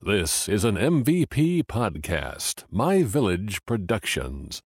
This is an MVP podcast, My Village Productions.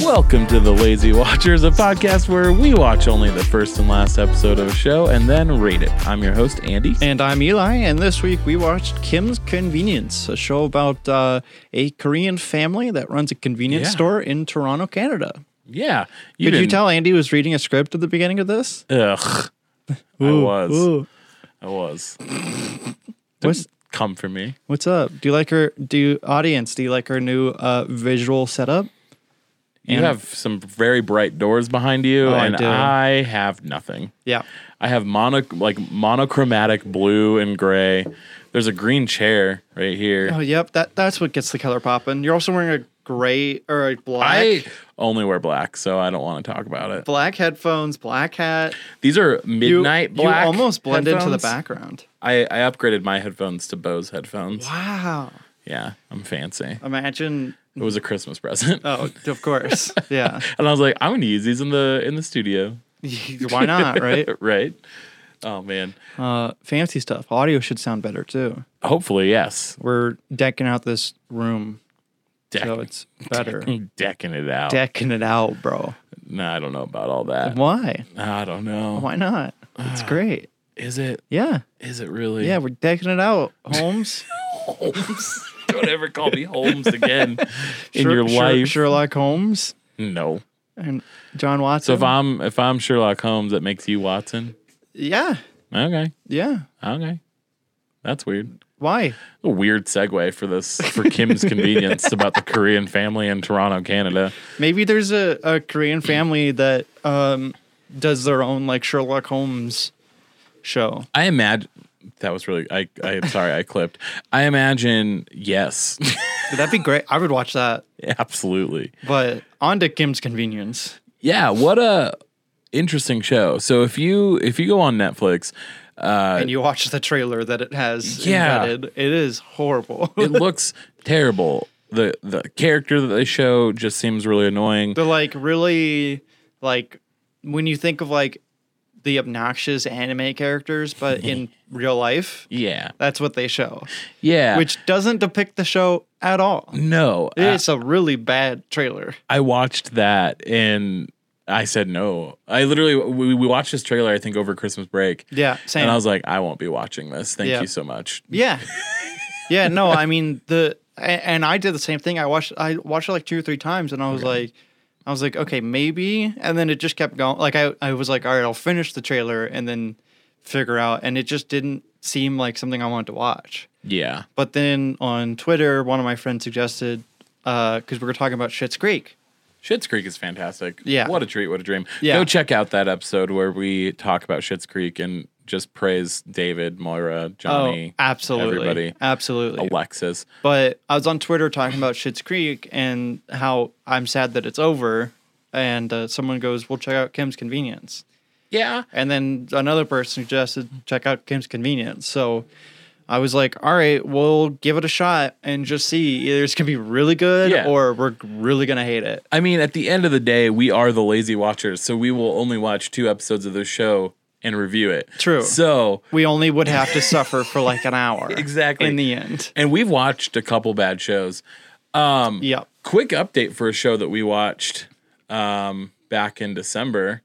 Welcome to the Lazy Watchers, a podcast where we watch only the first and last episode of a show and then rate it. I'm your host, Andy. And I'm Eli, and this week we watched Kim's Convenience, a show about uh, a Korean family that runs a convenience Yeah. store in Toronto, Canada. Yeah, Could you didn't- tell Andy was reading a script at the beginning of this? Ugh, I was. I was. What's, Come for me. what's up? Do you like her? Do you, audience? Do you like her new uh, visual setup? You And- have some very bright doors behind you, Oh, I and do. I, have nothing. Yeah, I have mono like monochromatic blue and gray. There's a green chair right here. Oh, yep. That that's what gets the color popping. You're also wearing a gray or a black. I only wear black, so I don't want to talk about it. Black headphones, black hat. These are midnight you, black. You almost blend into the headphones. background. I, I upgraded my headphones to Bose headphones. Wow. Yeah, I'm fancy. Imagine. It was a Christmas present. Oh, of course. Yeah. And I was like, I'm gonna use these in the in the studio. Why not, right? right? Oh man. Uh, fancy stuff. Audio should sound better too. Hopefully, yes. We're decking out this room Deck, so it's better. decking it out. decking it out, bro. no, I don't know about all that. Why? I don't know. Why not? It's great. Is it Yeah. is it really? Yeah, we're decking it out, Holmes. Holmes. don't ever call me Holmes again in Sher- your Sher- life. Sherlock Holmes No. and John Watson. So if I'm if I'm Sherlock Holmes, that makes you Watson. yeah. Okay. Yeah. Okay. That's weird. Why? A weird segue for this for Kim's convenience about the Korean family in Toronto, Canada. Maybe there's a, a Korean family that um, does their own like Sherlock Holmes show. I imagine that was really I I sorry I clipped. I imagine yes. That'd be great. I would watch that. Absolutely. But on to Kim's convenience. Yeah, what a interesting show. So if you if you go on Netflix, and you watch the trailer that it has Yeah. embedded, it is horrible. it looks terrible. The the character that they show just seems really annoying. They're like really like when you think of like the obnoxious anime characters, but in real life, Yeah. that's what they show, Yeah. which doesn't depict the show at all. no. I- It's a really bad trailer. I watched that and I said no. I literally we, we watched this trailer I think over Christmas break. Yeah, same. And I was like, I won't be watching this. Thank Yeah. you so much. yeah, yeah. No, I mean the a- and I did the same thing. I watched I watched it like two or three times, and I was like. I was like, okay, maybe, and then it just kept going. Like I, I was like, all right, I'll finish the trailer and then figure out. And it just didn't seem like something I wanted to watch. Yeah. But then on Twitter, one of my friends suggested because we were talking about Shit's Creek. Shit's Creek is fantastic. Yeah. What a treat, what a dream. Yeah. Go check out that episode where we talk about Shit's Creek and just praise David, Moira, Johnny, Oh, absolutely, everybody. absolutely. Alexis. But I was on Twitter talking about Shit's Creek and how I'm sad that it's over. And uh, someone goes, "Well, check out Kim's Convenience." Yeah. And then another person suggested, "Check out Kim's Convenience." So I was like, "All right, we'll give it a shot and just see. Either it's gonna be really good Yeah. or we're really gonna hate it." I mean, at the end of the day, we are the lazy watchers, so we will only watch two episodes of this show and review it. True. So We only would have to suffer for like an hour, Exactly. in the end. and we've watched a couple bad shows. Um Yep. quick update for a show that we watched um, back in December.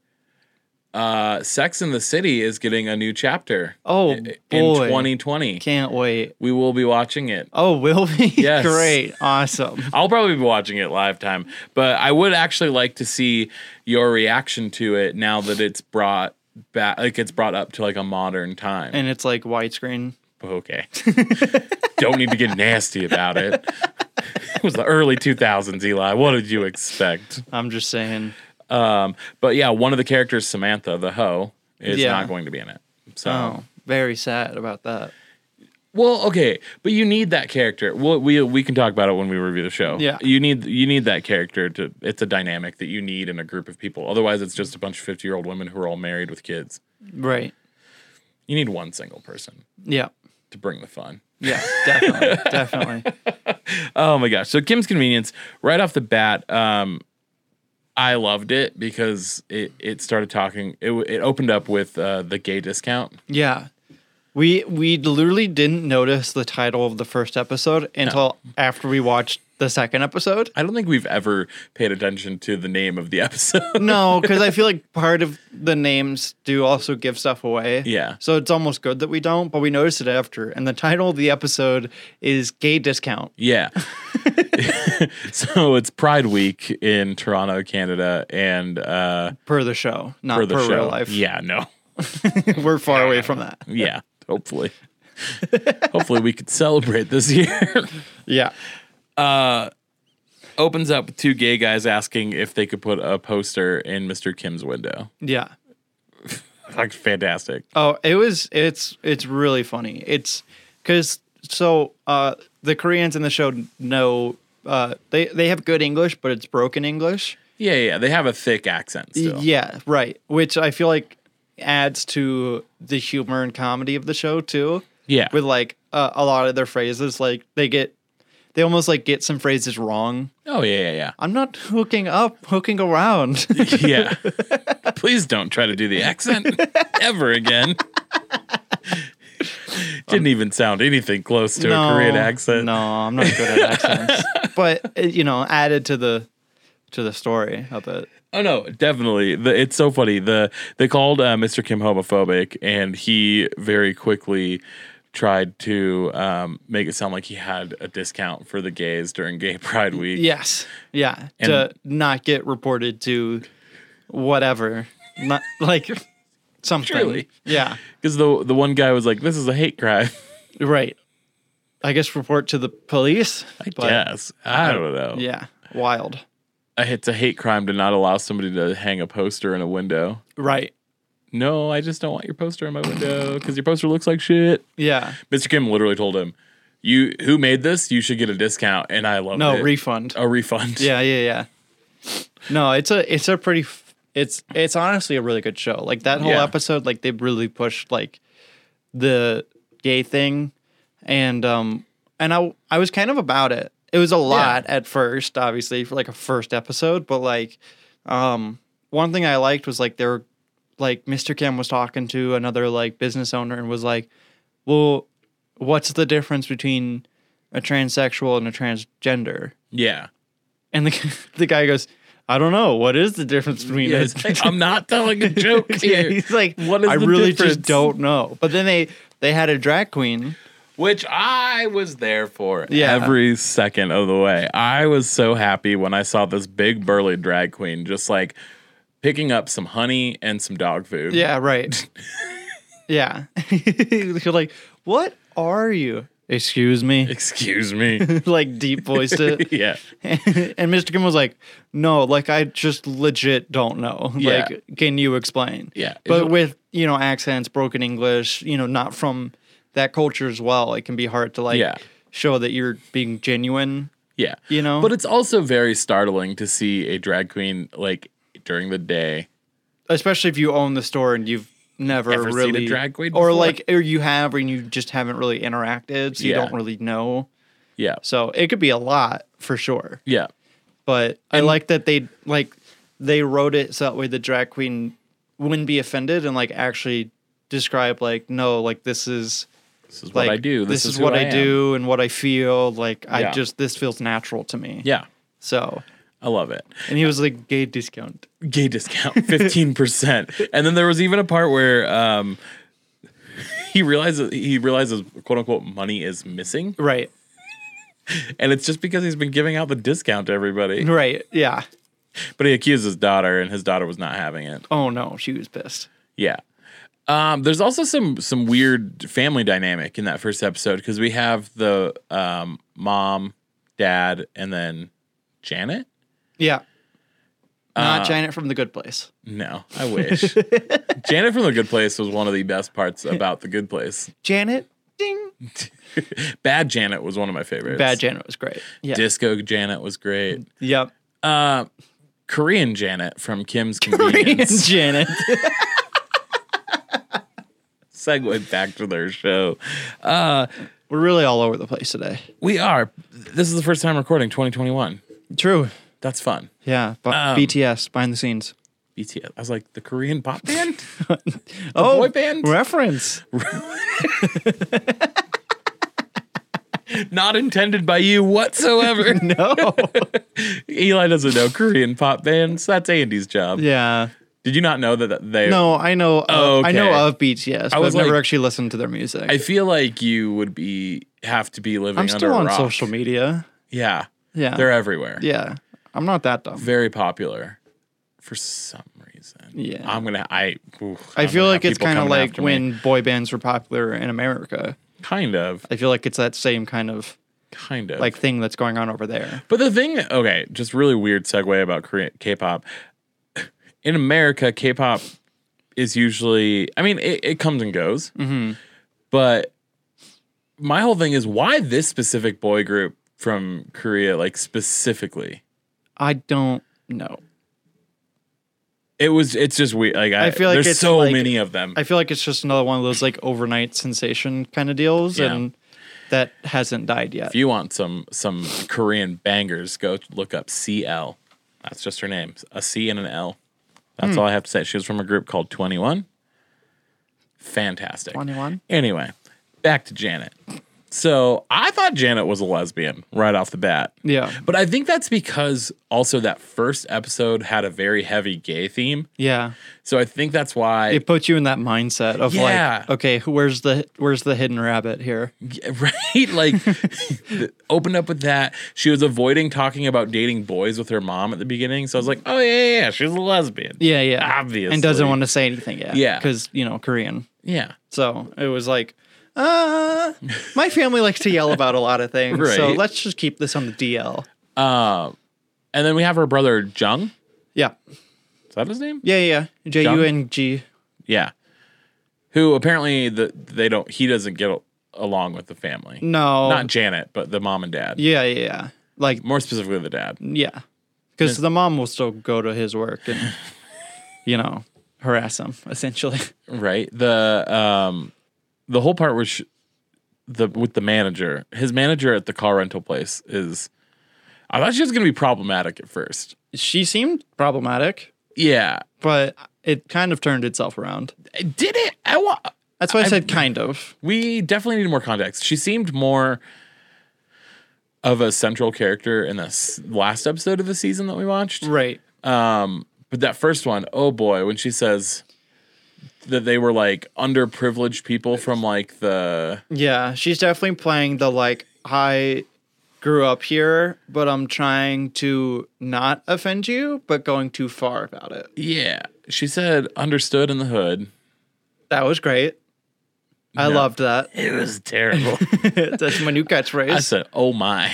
Uh, Sex in the City is getting a new chapter. Oh, i- in boy. 2020, Can't wait. we will be watching it. Oh, will we? Yes. Great. Awesome. I'll probably be watching it live time, but I would actually like to see your reaction to it now that it's brought back, like it's brought up to like a modern time. And it's like widescreen. okay. Don't need to get nasty about it. It was the early 2000s, Eli. What did you expect? I'm just saying. Um, but yeah, one of the characters, Samantha the hoe, is Yeah. not going to be in it. So Oh, very sad about that. Well, okay, but you need that character. Well, we we can talk about it when we review the show. Yeah. you need you need that character to. It's a dynamic that you need in a group of people. Otherwise, it's just a bunch of fifty year old women who are all married with kids. Right. You need one single person Yeah. to bring the fun. Yeah. Definitely. definitely. Oh my gosh! So Kim's Convenience, right off the bat, um, I loved it because it it started talking. It w- it opened up with uh, the gay discount. Yeah. We we literally didn't notice the title of the first episode until after we watched the second episode. I don't think we've ever paid attention to the name of the episode. No, because I feel like part of the names do also give stuff away. Yeah. So it's almost good that we don't, but we noticed it after. And the title of the episode is Gay Discount. yeah. so it's Pride Week in Toronto, Canada, and uh, per the show, not for per, the show. real life. Yeah, no, We're far away from that. yeah. Hopefully, hopefully we could celebrate this year. Yeah. Opens up with two gay guys asking if they could put a poster in Mr. Kim's window. Yeah. Like fantastic. Oh, it was it's it's really funny. It's cuz so uh the Koreans in the show know uh they they have good English, but it's broken English. Yeah, yeah. They have a thick accent still. Yeah, right. Which I feel like adds to the humor and comedy of the show too. Yeah. With like uh, a lot of their phrases like they get they almost like get some phrases wrong. Oh yeah, yeah, I'm not hooking up, hooking around. yeah. yeah. Please don't try to do the accent ever again. Didn't even sound anything close to a Korean accent. No, I'm not good at accents. but uh, you know, added to the to the story of it. Oh no, definitely. The, it's so funny. The they called uh, Mr. Kim homophobic, and he very quickly tried to um, make it sound like he had a discount for the gays during Gay Pride Week. Yes. Yeah. to not get reported to whatever. Not like something. Surely. Yeah. because the the one guy was like, "This is a hate crime." Right. I guess report to the police. I yes, I don't know. Yeah. Wild. it's a hate crime to not allow somebody to hang a poster in a window. Right. No, I just don't want your poster in my window because your poster looks like shit. Yeah. Mr. Kim literally told him, "You who made this? You should get a discount." And I love No it. refund. a refund. Yeah, yeah, yeah. No, it's a it's a pretty f- it's it's honestly a really good show. Like that whole Yeah. episode, like they really pushed like the gay thing, and um and I I was kind of about it. It was a lot at first, obviously for like a first episode, but like um one thing I liked was like there like Mr. Kim was talking to another like business owner and was like, well, what's the difference between a transsexual and a transgender? yeah. And the, the guy goes, I don't know. What is the difference between Yeah, this? it's like, I'm not telling a joke Yeah, here. he's like, What is I the really difference?" just don't know. But then they they had a drag queen. Which I was there for Yeah. every second of the way. I was so happy when I saw this big burly drag queen just like picking up some honey and some dog food. Yeah, right. yeah. You're like, what are you? Excuse me. Excuse me. like deep voiced it. yeah. and Mr. Kim was like, no, like I just legit don't know. Yeah. Like, can you explain? Yeah. But with, you know, accents, broken English, you know, not from that culture as well, it can be hard to like Yeah. show that you're being genuine, Yeah. you know? But it's also very startling to see a drag queen like during the day. especially if you own the store and you've never Ever seen a really drag queen or before? like or you have and you just haven't really interacted, so you Yeah. don't really know. Yeah. So it could be a lot for sure. Yeah. But I like that they like they wrote it so that way the drag queen wouldn't be offended and like actually describe like no like this is This is like what I do. This, is, who what I, am. do and what I feel like Yeah. I just this feels natural to me Yeah. so I love it. and he was like gay discount gay discount 15% and then there was even a part where um he realizes he realizes quote unquote money is missing right and it's just because he's been giving out the discount to everybody right yeah but he accused his daughter and his daughter was not having it oh no she was pissed yeah um there's also some some weird family dynamic in that first episode because we have the um mom dad and then janet Yeah. Uh, Not Janet from the Good Place. no i wish janet from the good place was one of the best parts about the good place Janet ding. Bad Janet was one of my favorites. Bad Janet was great. Yeah. Disco Janet was great. yep. Uh, Korean Janet from Kim's Korean Convenience. Janet. Segue back to their show. We're really all over the place today. We are. This is the first time recording 2021. True. That's fun. Yeah. But Um, BTS behind the scenes. BTS. I was like the Korean pop band. Oh, boy band? reference. Not intended by you whatsoever. No. Eli doesn't know Korean pop bands. That's Andy's job. yeah. Did you not know that they? No, I know. Oh, of- I know okay. of BTS, but was I've never like- actually listened to their music. I feel like you would be have to be living I'm under still a on rock. social media. Yeah, Yeah. they're everywhere. yeah. I'm not that dumb. very popular for some reason. Yeah. I'm gonna. I. oof, I I'm feel gonna like have it's people kind of coming like after me. when boy bands were popular in America. kind of, I feel like it's that same kind of kind of like thing that's going on over there. But the thing, okay, just really weird segue about Korean K-pop. In America, K-pop is usually, I mean, it, it comes and goes. Mm-hmm. But my whole thing is why this specific boy group from Korea, like specifically? I don't know. It was, it's just weird. Like I, I feel like there's it's so like- many of them. I feel like it's just another one of those like overnight sensation kind of deals, Yeah. and that hasn't died yet. if you want some some Korean bangers, go look up CL. That's just her name, a C and an L. That's all I have to say. She was from a group called Twenty One. Fantastic. 21? Anyway, back to Janet. So I thought Janet was a lesbian right off the bat. Yeah. But I think that's because also that first episode had a very heavy gay theme. Yeah, So I think that's why it puts you in that mindset of Yeah. like, okay, who- where's the where's the hidden rabbit here? right? Like, th- opened up with that. She was avoiding talking about dating boys with her mom at the beginning. So I was like, oh, yeah, yeah, yeah. She's a lesbian. Yeah, yeah, Obviously. and doesn't want to say anything yet. Yeah. because you know Korean. Yeah. So it was like, uh, my family likes to yell about a lot of things. So Right. let's just keep this on the DL. And then we have her brother, Jung. Yeah. Is that his name? Yeah, yeah. J U N G. Yeah. Who apparently the, they don't, he doesn't get a- along with the family. No. Not Janet, but the mom and dad. yeah, yeah, yeah. Like, More specifically, the dad. yeah. Because the mom will still go to his work and, you know, harass him, essentially. Right. The, um, the whole part where she, the, with the manager, his manager at the car rental place is, I thought she was going to be problematic at first. She seemed problematic, Yeah. but it kind of turned itself around. Did it? I wa- That's why I said kind of. we definitely need more context. She seemed more of a central character in this last episode of the season that we watched. Right. Um, but that first one, oh boy, when she says that they were like underprivileged people from like the Yeah, she's definitely playing the like I grew up here, but I'm trying to not offend you, but going too far about it. yeah. She said understood in the hood. That was great. I No. loved that. It was terrible. That's my new I catchphrase. said, oh my.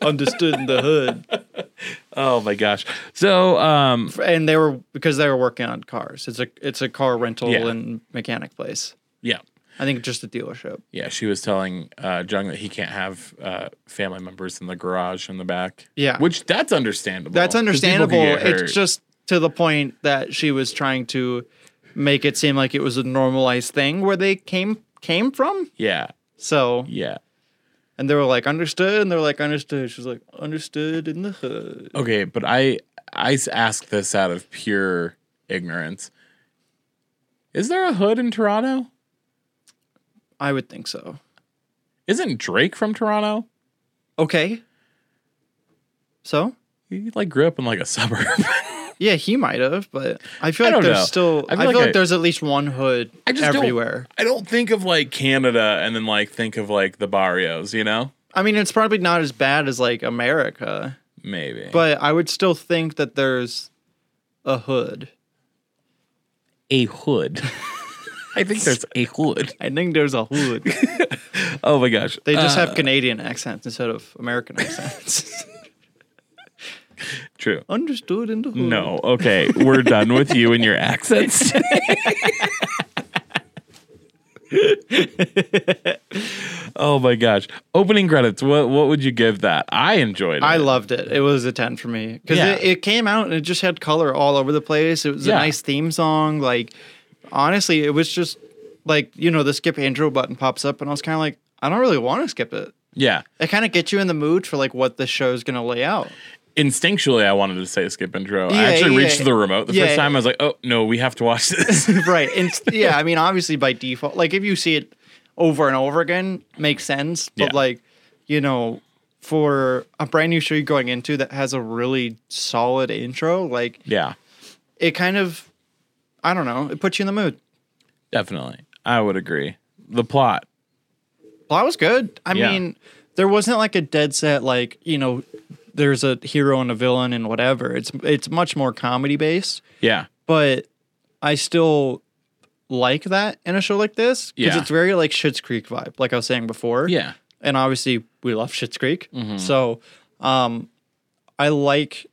Understood in the hood. oh my gosh. So um And they were because they were working on cars. It's a it's a car rental Yeah. and mechanic place. yeah. I think just a dealership. Yeah, she was telling uh, Jung that he can't have uh, family members in the garage in the back. Yeah. which that's understandable. That's 'cause people understandable. can get It's hurt. just to the point that she was trying to make it seem like it was a normalized thing where they came came from. yeah, So yeah. and they were like understood, and they're like understood. She's like understood in the hood. Okay, but I I s- ask this out of pure ignorance. Is there a hood in Toronto? I would think so. Isn't Drake from Toronto? Okay. So He like grew up in like a suburb. yeah, he might have, but I feel I like don't there's know. still. I feel, like, I- there's at least one hood I just don't- everywhere. I don't think of like Canada and then like think of like the barrios, you know? I mean, it's probably not as bad as like America, Maybe. but I would still think that there's a hood. a hood. I think there's a hood. I think there's a hood. Oh my gosh. They just have Canadian accents instead of American accents. True. Oh. Understood in the hood. No. Okay. We're done with you and your accents. Oh my gosh. Opening credits. What what would you give that? I enjoyed it. I loved it. It was a 10 for me because Yeah. it, it came out and it just had color all over the place. It was Yeah. a nice theme song. Like, honestly, it was just like, you know, the skip intro button pops up, and I was kind of like, I don't really want to skip it. yeah. It kind of gets you in the mood for like what the show's going to lay out. Instinctually I wanted to say skip intro. I Yeah, actually yeah. reached for the remote the Yeah. first time I was like, "Oh, no, we have to watch this." right. And yeah, I mean, obviously by default, like if you see it over and over again, makes sense. But Yeah. like, you know, for a brand new show you're going into that has a really solid intro, like yeah. it kind of, I don't know, it puts you in the mood. Definitely. I would agree. The plot. Plot was good. I Yeah. mean, there wasn't like a dead set, like you know, there's a hero and a villain and whatever. It's it's much more comedy based, Yeah. but I still like that in a show like this because Yeah. it's very like Schitt's Creek vibe, like I was saying before. Yeah. Mm-hmm. and obviously we love Schitt's Creek. So um, I like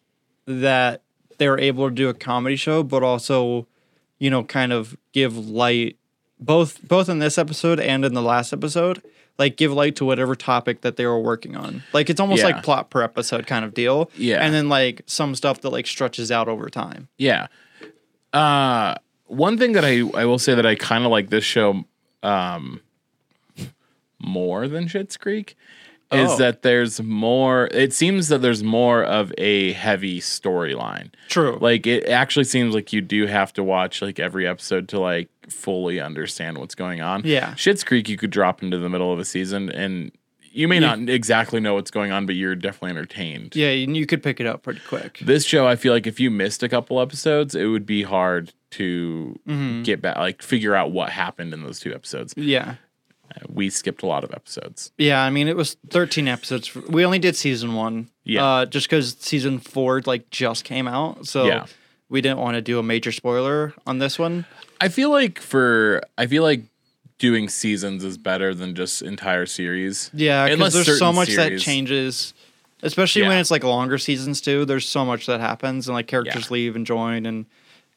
that they were able to do a comedy show, but also, you know, kind of give light both both in this episode and in the last episode, like give light to whatever topic that they were working on. Like it's almost Yeah. like plot per episode kind of deal. Yeah. And then like some stuff that like stretches out over time. Yeah. Uh one thing that I I will say that I kind of like this show um more than Shit's Creek is Oh. that there's more it seems that there's more of a heavy storyline. True. Like Like it actually seems like you do have to watch like every episode to like fully understand what's going on. Yeah. Shit's Creek you could drop into the middle of a season and you may not exactly know what's going on, but you're definitely entertained yeah, and you could pick it up pretty quick. this show i feel like if you missed a couple episodes it would be hard to Mm-hmm. get back like figure out what happened in those two episodes Yeah. Uh, we skipped a lot of episodes Yeah, I mean it was 13 episodes. We only did season 1. Yeah. Uh, just cuz season 4 like just came out, so Yeah. we didn't want to do a major spoiler on this one. i feel like for i feel like doing seasons is better than just entire series Yeah, Unless cuz there's so certain much that series- changes. Especially when Yeah. it's like longer seasons too. There's so much that happens and like characters Yeah. leave and join and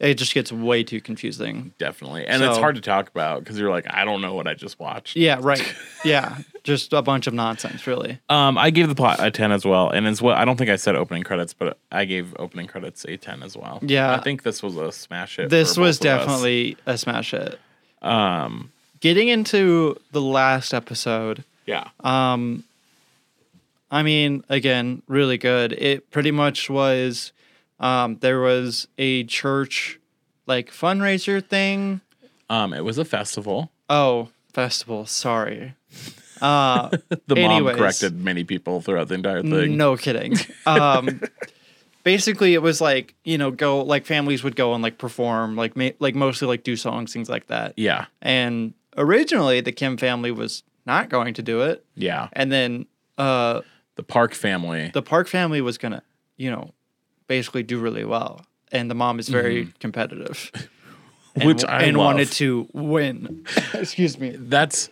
it just gets way too confusing. definitely and it's So- hard to talk about because you're like i don't know what i just watched Yeah, right. yeah, just a bunch of nonsense really. um i gave the plot a 10 as well and as well i don't think i said opening credits but i gave opening credits a 10 as well Yeah. i think this was a smash hit This for was both of us. definitely a smash hit. um Getting into the last episode, yeah I mean, again, really good. It pretty much was um, there was a church like fundraiser thing. um it was a festival Oh, festival, sorry. The Anyways. Mm. mom corrected many people throughout the entire thing. No kidding. Um, basically, it was like, you know, go like families would go and like perform, like, ma- like mostly like do songs, things like that. Yeah. And originally, the Kim family was not going to do it. Yeah. And then uh, The Park family. the Park family was gonna, you know, basically do really well, and the mom is very competitive, and, Mm-hmm. Which I and love. wanted to win. Excuse me. That's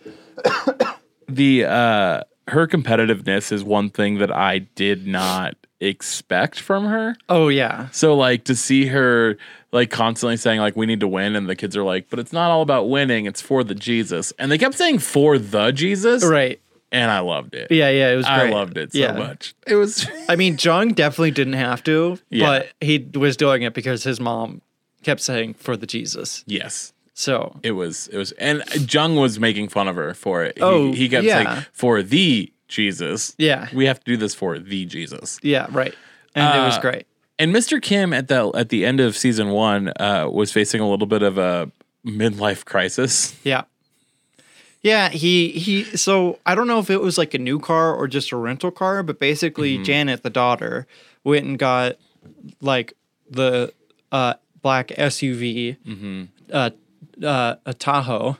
the uh her competitiveness is one thing that I did not expect from her. Oh yeah, So like to see her like constantly saying like we need to win and the kids are like but it's not all about winning, it's for the Jesus. And they kept saying for the Jesus right. and I loved it. Yeah, yeah. It was. I Great. loved it so Yeah. much. It was I mean, Jung definitely didn't have to, Yeah. but he was doing it because his mom kept saying for the Jesus. yes. So It was it was and Jung was making fun of her for it. He, Oh, he kept yeah. saying for the Jesus. Yeah. We have to do this for the Jesus. yeah, right. And it was Uh, great. And Mr. Kim at the at the end of season 1 uh was facing a little bit of a midlife crisis. Yeah. Yeah, he he so I don't know if it was like a new car or just a rental car, but basically Janet the daughter went and got like the uh black SUV uh, uh a Tahoe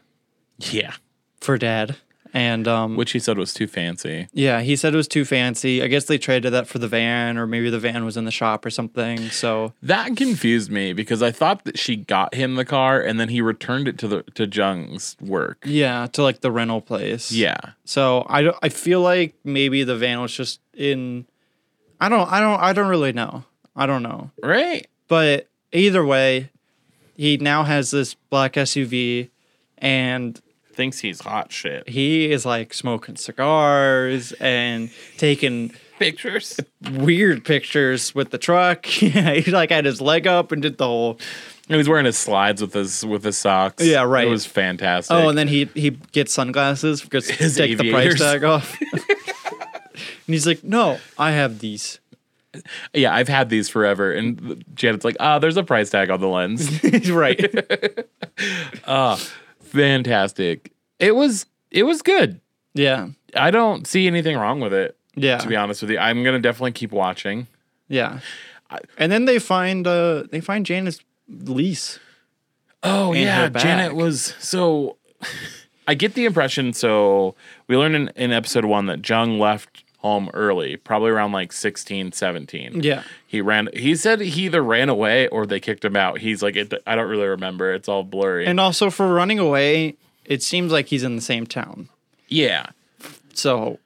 Yeah. for dad. And um Which he said was too fancy. yeah, he said it was too fancy. I guess they traded that for the van or maybe the van was in the shop or something. So That confused me because I thought that she got him the car and then he returned it to the to Jung's work. yeah, to like the rental place. Yeah. So I don't. I feel like maybe the van was just in. I don't. I don't. I don't really know. I don't know. Right? But either way, he now has this black SUV, and thinks he's hot shit. He is like smoking cigars and taking Pictures. weird pictures with the truck. yeah, he like had his leg up and did the whole. He was wearing his slides with his with his socks. Yeah, right. It was fantastic. Oh, and then he he gets sunglasses because His take the aviators. price tag off. and he's like, "No, I have these." yeah, I've had these forever. And Janet's like, ah, there's a price tag on the lens. He's right. fantastic. It was it was good. Yeah. I don't see anything wrong with it. Yeah. To be honest with you, I'm gonna definitely keep watching. Yeah. And then they find uh they find Janet's lease. Oh and her yeah, back. Janet was so. I get the impression. So we learned in, in episode one that Jung left home early, probably around like 16, 17. Yeah. He ran. He said he either ran away or they kicked him out. He's like, it, I don't really remember. It's all blurry. And also for running away, it seems like he's in the same town. yeah, So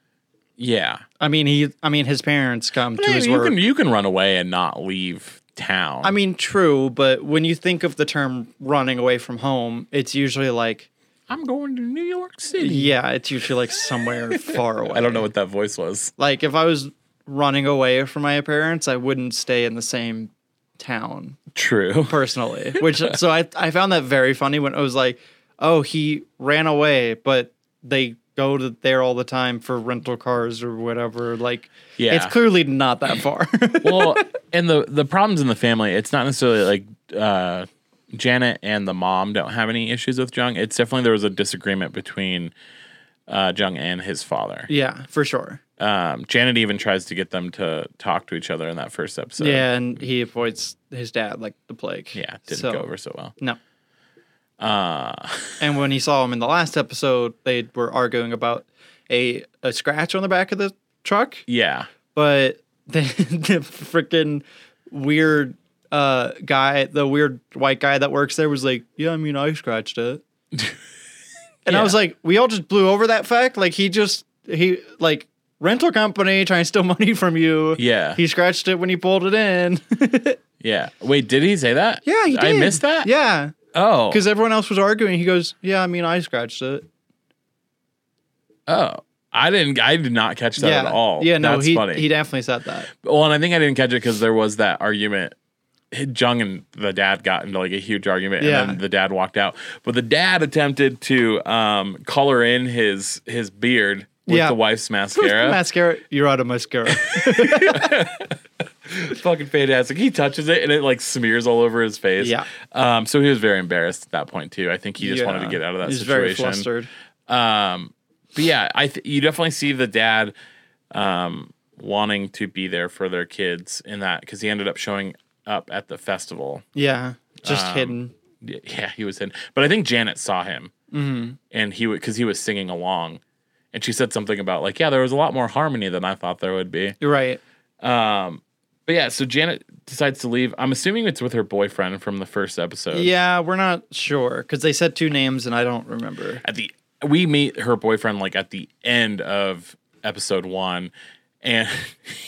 yeah. I mean he I mean his parents come to I mean, his you work. can you can run away and not leave town. I mean true, but when you think of the term running away from home, it's usually like I'm going to New York City. yeah, it's usually like somewhere far away. I don't know what that voice was. Like if I was running away from my parents, I wouldn't stay in the same town. True. personally. Which so I I found that very funny when it was like, oh, he ran away, but they go to there all the time for rental cars or whatever. Like, Yeah. it's clearly not that far. well, and the the problems in the family, it's not necessarily like uh, Janet and the mom don't have any issues with Jung. It's definitely there was a disagreement between uh, Jung and his father. yeah, for sure. Um, Janet even tries to get them to talk to each other in that first episode. Yeah, and he avoids his dad like the plague. yeah, didn't So, go over so well. No. Uh, And when he saw him in the last episode, they were arguing about a a scratch on the back of the truck. yeah, but the, the freaking weird uh guy the weird white guy that works there was like yeah i mean i scratched it and i was like we all just blew over that fact like he just he like rental company trying to steal money from you Yeah. he scratched it when he pulled it in yeah. Wait, did he say that? yeah he did. I missed that. yeah Oh, because everyone else was arguing he goes yeah i mean i scratched it oh, I didn't. I did not catch that yeah at all. yeah no That's he, funny. he definitely said that Well, and I think I didn't catch it because there was that argument. Jung and the dad got into like a huge argument, Yeah. and then the dad walked out. But the dad attempted to um, color in his his beard with Yeah. the wife's mascara. mascara you're out of mascara Fucking fantastic! He touches it and it like smears all over his face. Yeah. Um. So he was very embarrassed at that point too. I think he just wanted to Yeah. get out of that he's very situation. flustered Um, but yeah, I th- you definitely see the dad um, wanting to be there for their kids in that because he ended up showing up at the festival. yeah just hidden Y- Yeah, he was in, but I think Janet saw him, and he because he was singing along, and she said something about like, yeah, there was a lot more harmony than I thought there would be. You're right. But yeah, so Janet decides to leave. I'm assuming it's with her boyfriend from the first episode. Yeah, we're not sure because they said two names and I don't remember. at the we meet her boyfriend like at the end of episode one, and.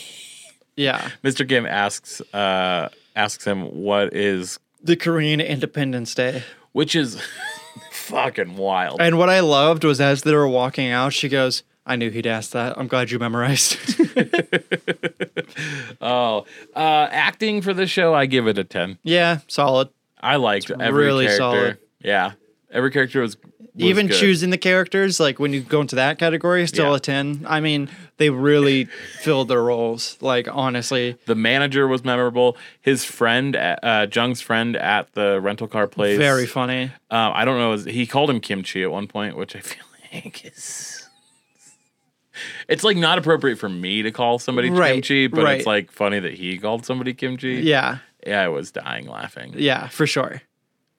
Yeah, Mr. Kim asks uh asks him what is the Korean Independence Day. which is fucking wild. And what I loved was as they were walking out, she goes, "I knew he'd ask that. I'm glad you memorized." Oh, uh acting for the show, I give it a 10. yeah, solid. I liked every really character. solid. Yeah. Every character was, was Even good. choosing the characters, like when you go into that category, still Yeah. a ten. I mean, they really filled their roles. Like honestly, the manager was memorable. His friend, at- uh, Jung's friend at the rental car place. very funny. Um, I don't know. is- He called him kimchi at one point, which I feel like is. It's like not appropriate for me to call somebody Right, kimchi, but right. it's like funny that he called somebody kimchi. Yeah, Yeah, I was dying laughing. yeah, for sure.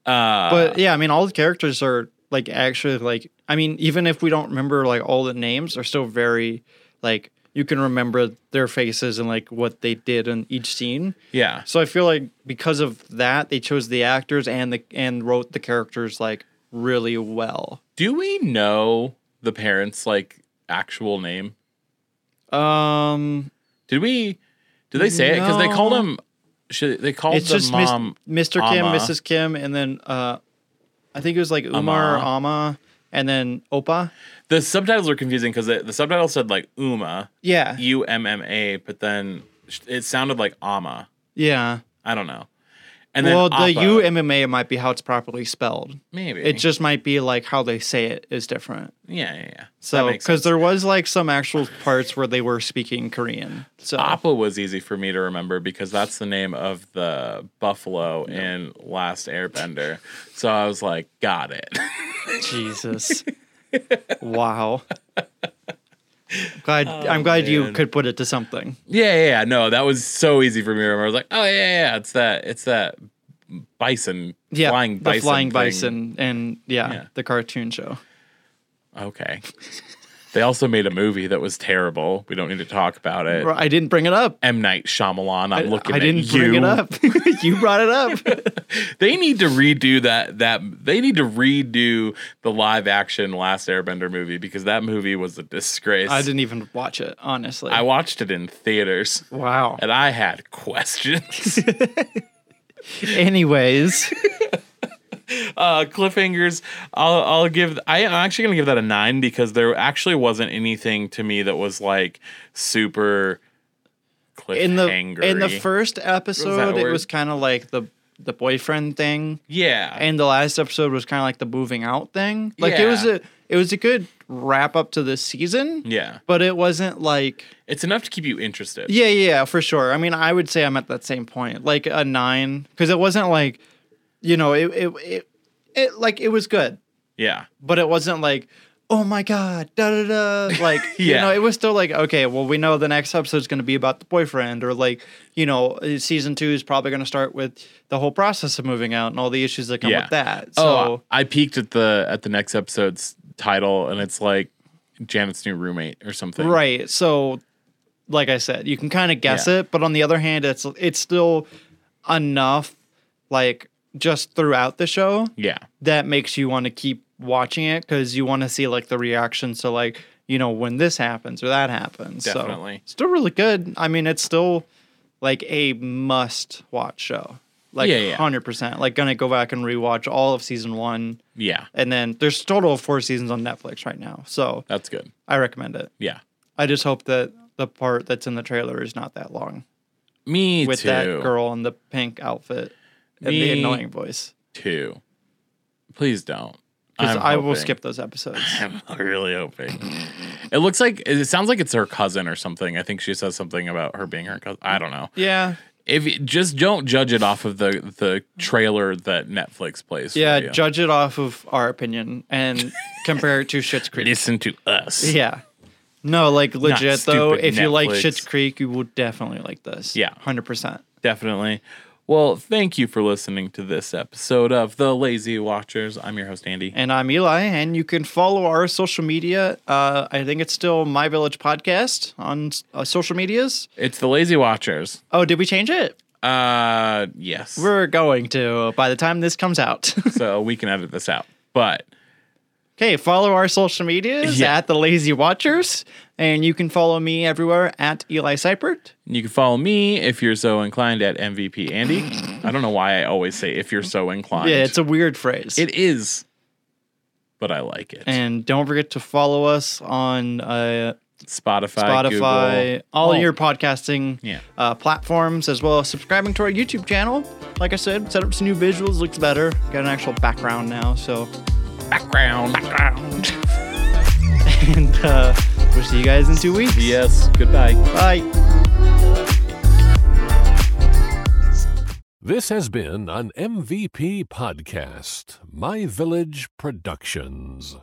Uh, but yeah, I mean, all the characters are like actually like I mean, even if we don't remember like all the names, are still very like you can remember their faces and like what they did in each scene. yeah, So I feel like because of that, they chose the actors and the and wrote the characters like really well. do we know the parents' like actual name? Um, Did we? Did they say it? Because they called No. him. Should they called it's the just Mis- mom Mr. Kim, Amma. Mrs. Kim, and then uh, I think it was like Umar Amma. or Ama. and then Opa. The subtitles are confusing because the, the subtitle said like Uma, Yeah. U M M A, but then sh- it sounded like Ama. Yeah. I don't know. And then Well, the Appa, UMMA might be how it's properly spelled. maybe It just might be like how they say it is different. yeah yeah yeah. So, because because there was like some actual parts where they were speaking Korean. So, Appa was easy for me to remember because that's the name of the buffalo in Last Airbender. So I was like, got it. Jesus. wow. Glad I'm glad you Oh, man. could put it to something. Yeah, yeah, yeah. No, that was so easy for me to remember. I was like, oh yeah, yeah, yeah, it's that, it's that bison, Yeah, flying the bison, flying thing. bison, and yeah, Yeah. the cartoon show. Okay. they also made a movie that was terrible. We don't need to talk about it. Bro, I didn't bring it up. M Night Shyamalan. I'm looking. I at didn't you. bring it up. you brought it up. They need to redo that. That they need to redo the live action Last Airbender movie because that movie was a disgrace. I didn't even watch it, honestly. I watched it in theaters. wow. And I had questions. Anyways, uh, cliffhangers. I'll I'll give. I, I'm actually gonna give that a nine because there actually wasn't anything to me that was like super in the cliffhanger. in the first episode, it word? was kind of like the the boyfriend thing, yeah, and the last episode was kind of like the moving out thing. Like it was Yeah. a it was a good wrap up to this season. yeah, But it wasn't like it's enough to keep you interested. yeah, yeah, yeah, for sure. I mean, I would say I'm at that same point, like a nine, because it wasn't like, you know, it, it, it, it, like it was good, yeah. but it wasn't like, oh my god, da da da. Like, you Yeah. know, it was still like, okay, well, we know the next episode's going to be about the boyfriend, or like, you know, uh, season two is probably going to start with the whole process of moving out and all the issues that come Yeah. with that. So, oh, I peeked at the at the next episode's title, and it's like Janet's new roommate or something. Right. So, like I said, you can kind of guess Yeah. it, but on the other hand, it's it's still enough, like just throughout the show, Yeah. that makes you want to keep watching it because you want to see like the reactions to like you know when this happens or that happens. So, Definitely. still really good. I mean, it's still like a must watch show. Like Yeah, yeah. hundred percent. Like gonna go back and rewatch all of season one, Yeah. and then there's a total of four seasons on Netflix right now. So That's good. I recommend it. Yeah. I just hope that the part that's in the trailer is not that long Me with too. that girl in the pink outfit and the Me- annoying voice. Too. Please don't. Because I'm I will hoping. skip those episodes. I'm really hoping. It looks like it sounds like it's her cousin or something. I think she says something about her being her cousin. I don't know. Yeah, If you- just don't judge it off of the the trailer that Netflix plays. for yeah. you. Judge it off of our opinion and compare it to Schitt's Creek. listen to us. Yeah. No, like legit though. stupid If you like Netflix. Schitt's Creek, you will definitely like this. Yeah. hundred percent. Definitely. Well, thank you for listening to this episode of The Lazy Watchers. I'm your host Andy. And I'm Eli, and you can follow our social media. Uh, I think it's still My Village Podcast on uh, social medias. It's The Lazy Watchers. Oh, did we change it? Uh, yes. We're going to by the time this comes out. so we can edit this out. But okay, follow our social medias Yeah. at the Lazy Watchers, and you can follow me everywhere at Eli Seipert. you can follow me if you're so inclined at MVP Andy. I don't know why I always say if you're so inclined. Yeah, it's a weird phrase. It is, but I like it. and don't forget to follow us on uh, Spotify, Spotify, Google. all Oh, your podcasting Yeah. uh, platforms, as well as subscribing to our YouTube channel. Like I said, set up some new visuals, looks better. Got an actual background now, so background. Background. and uh, we'll see you guys in two weeks. Yes. Goodbye. Bye. This has been an MVP podcast, My Village Productions.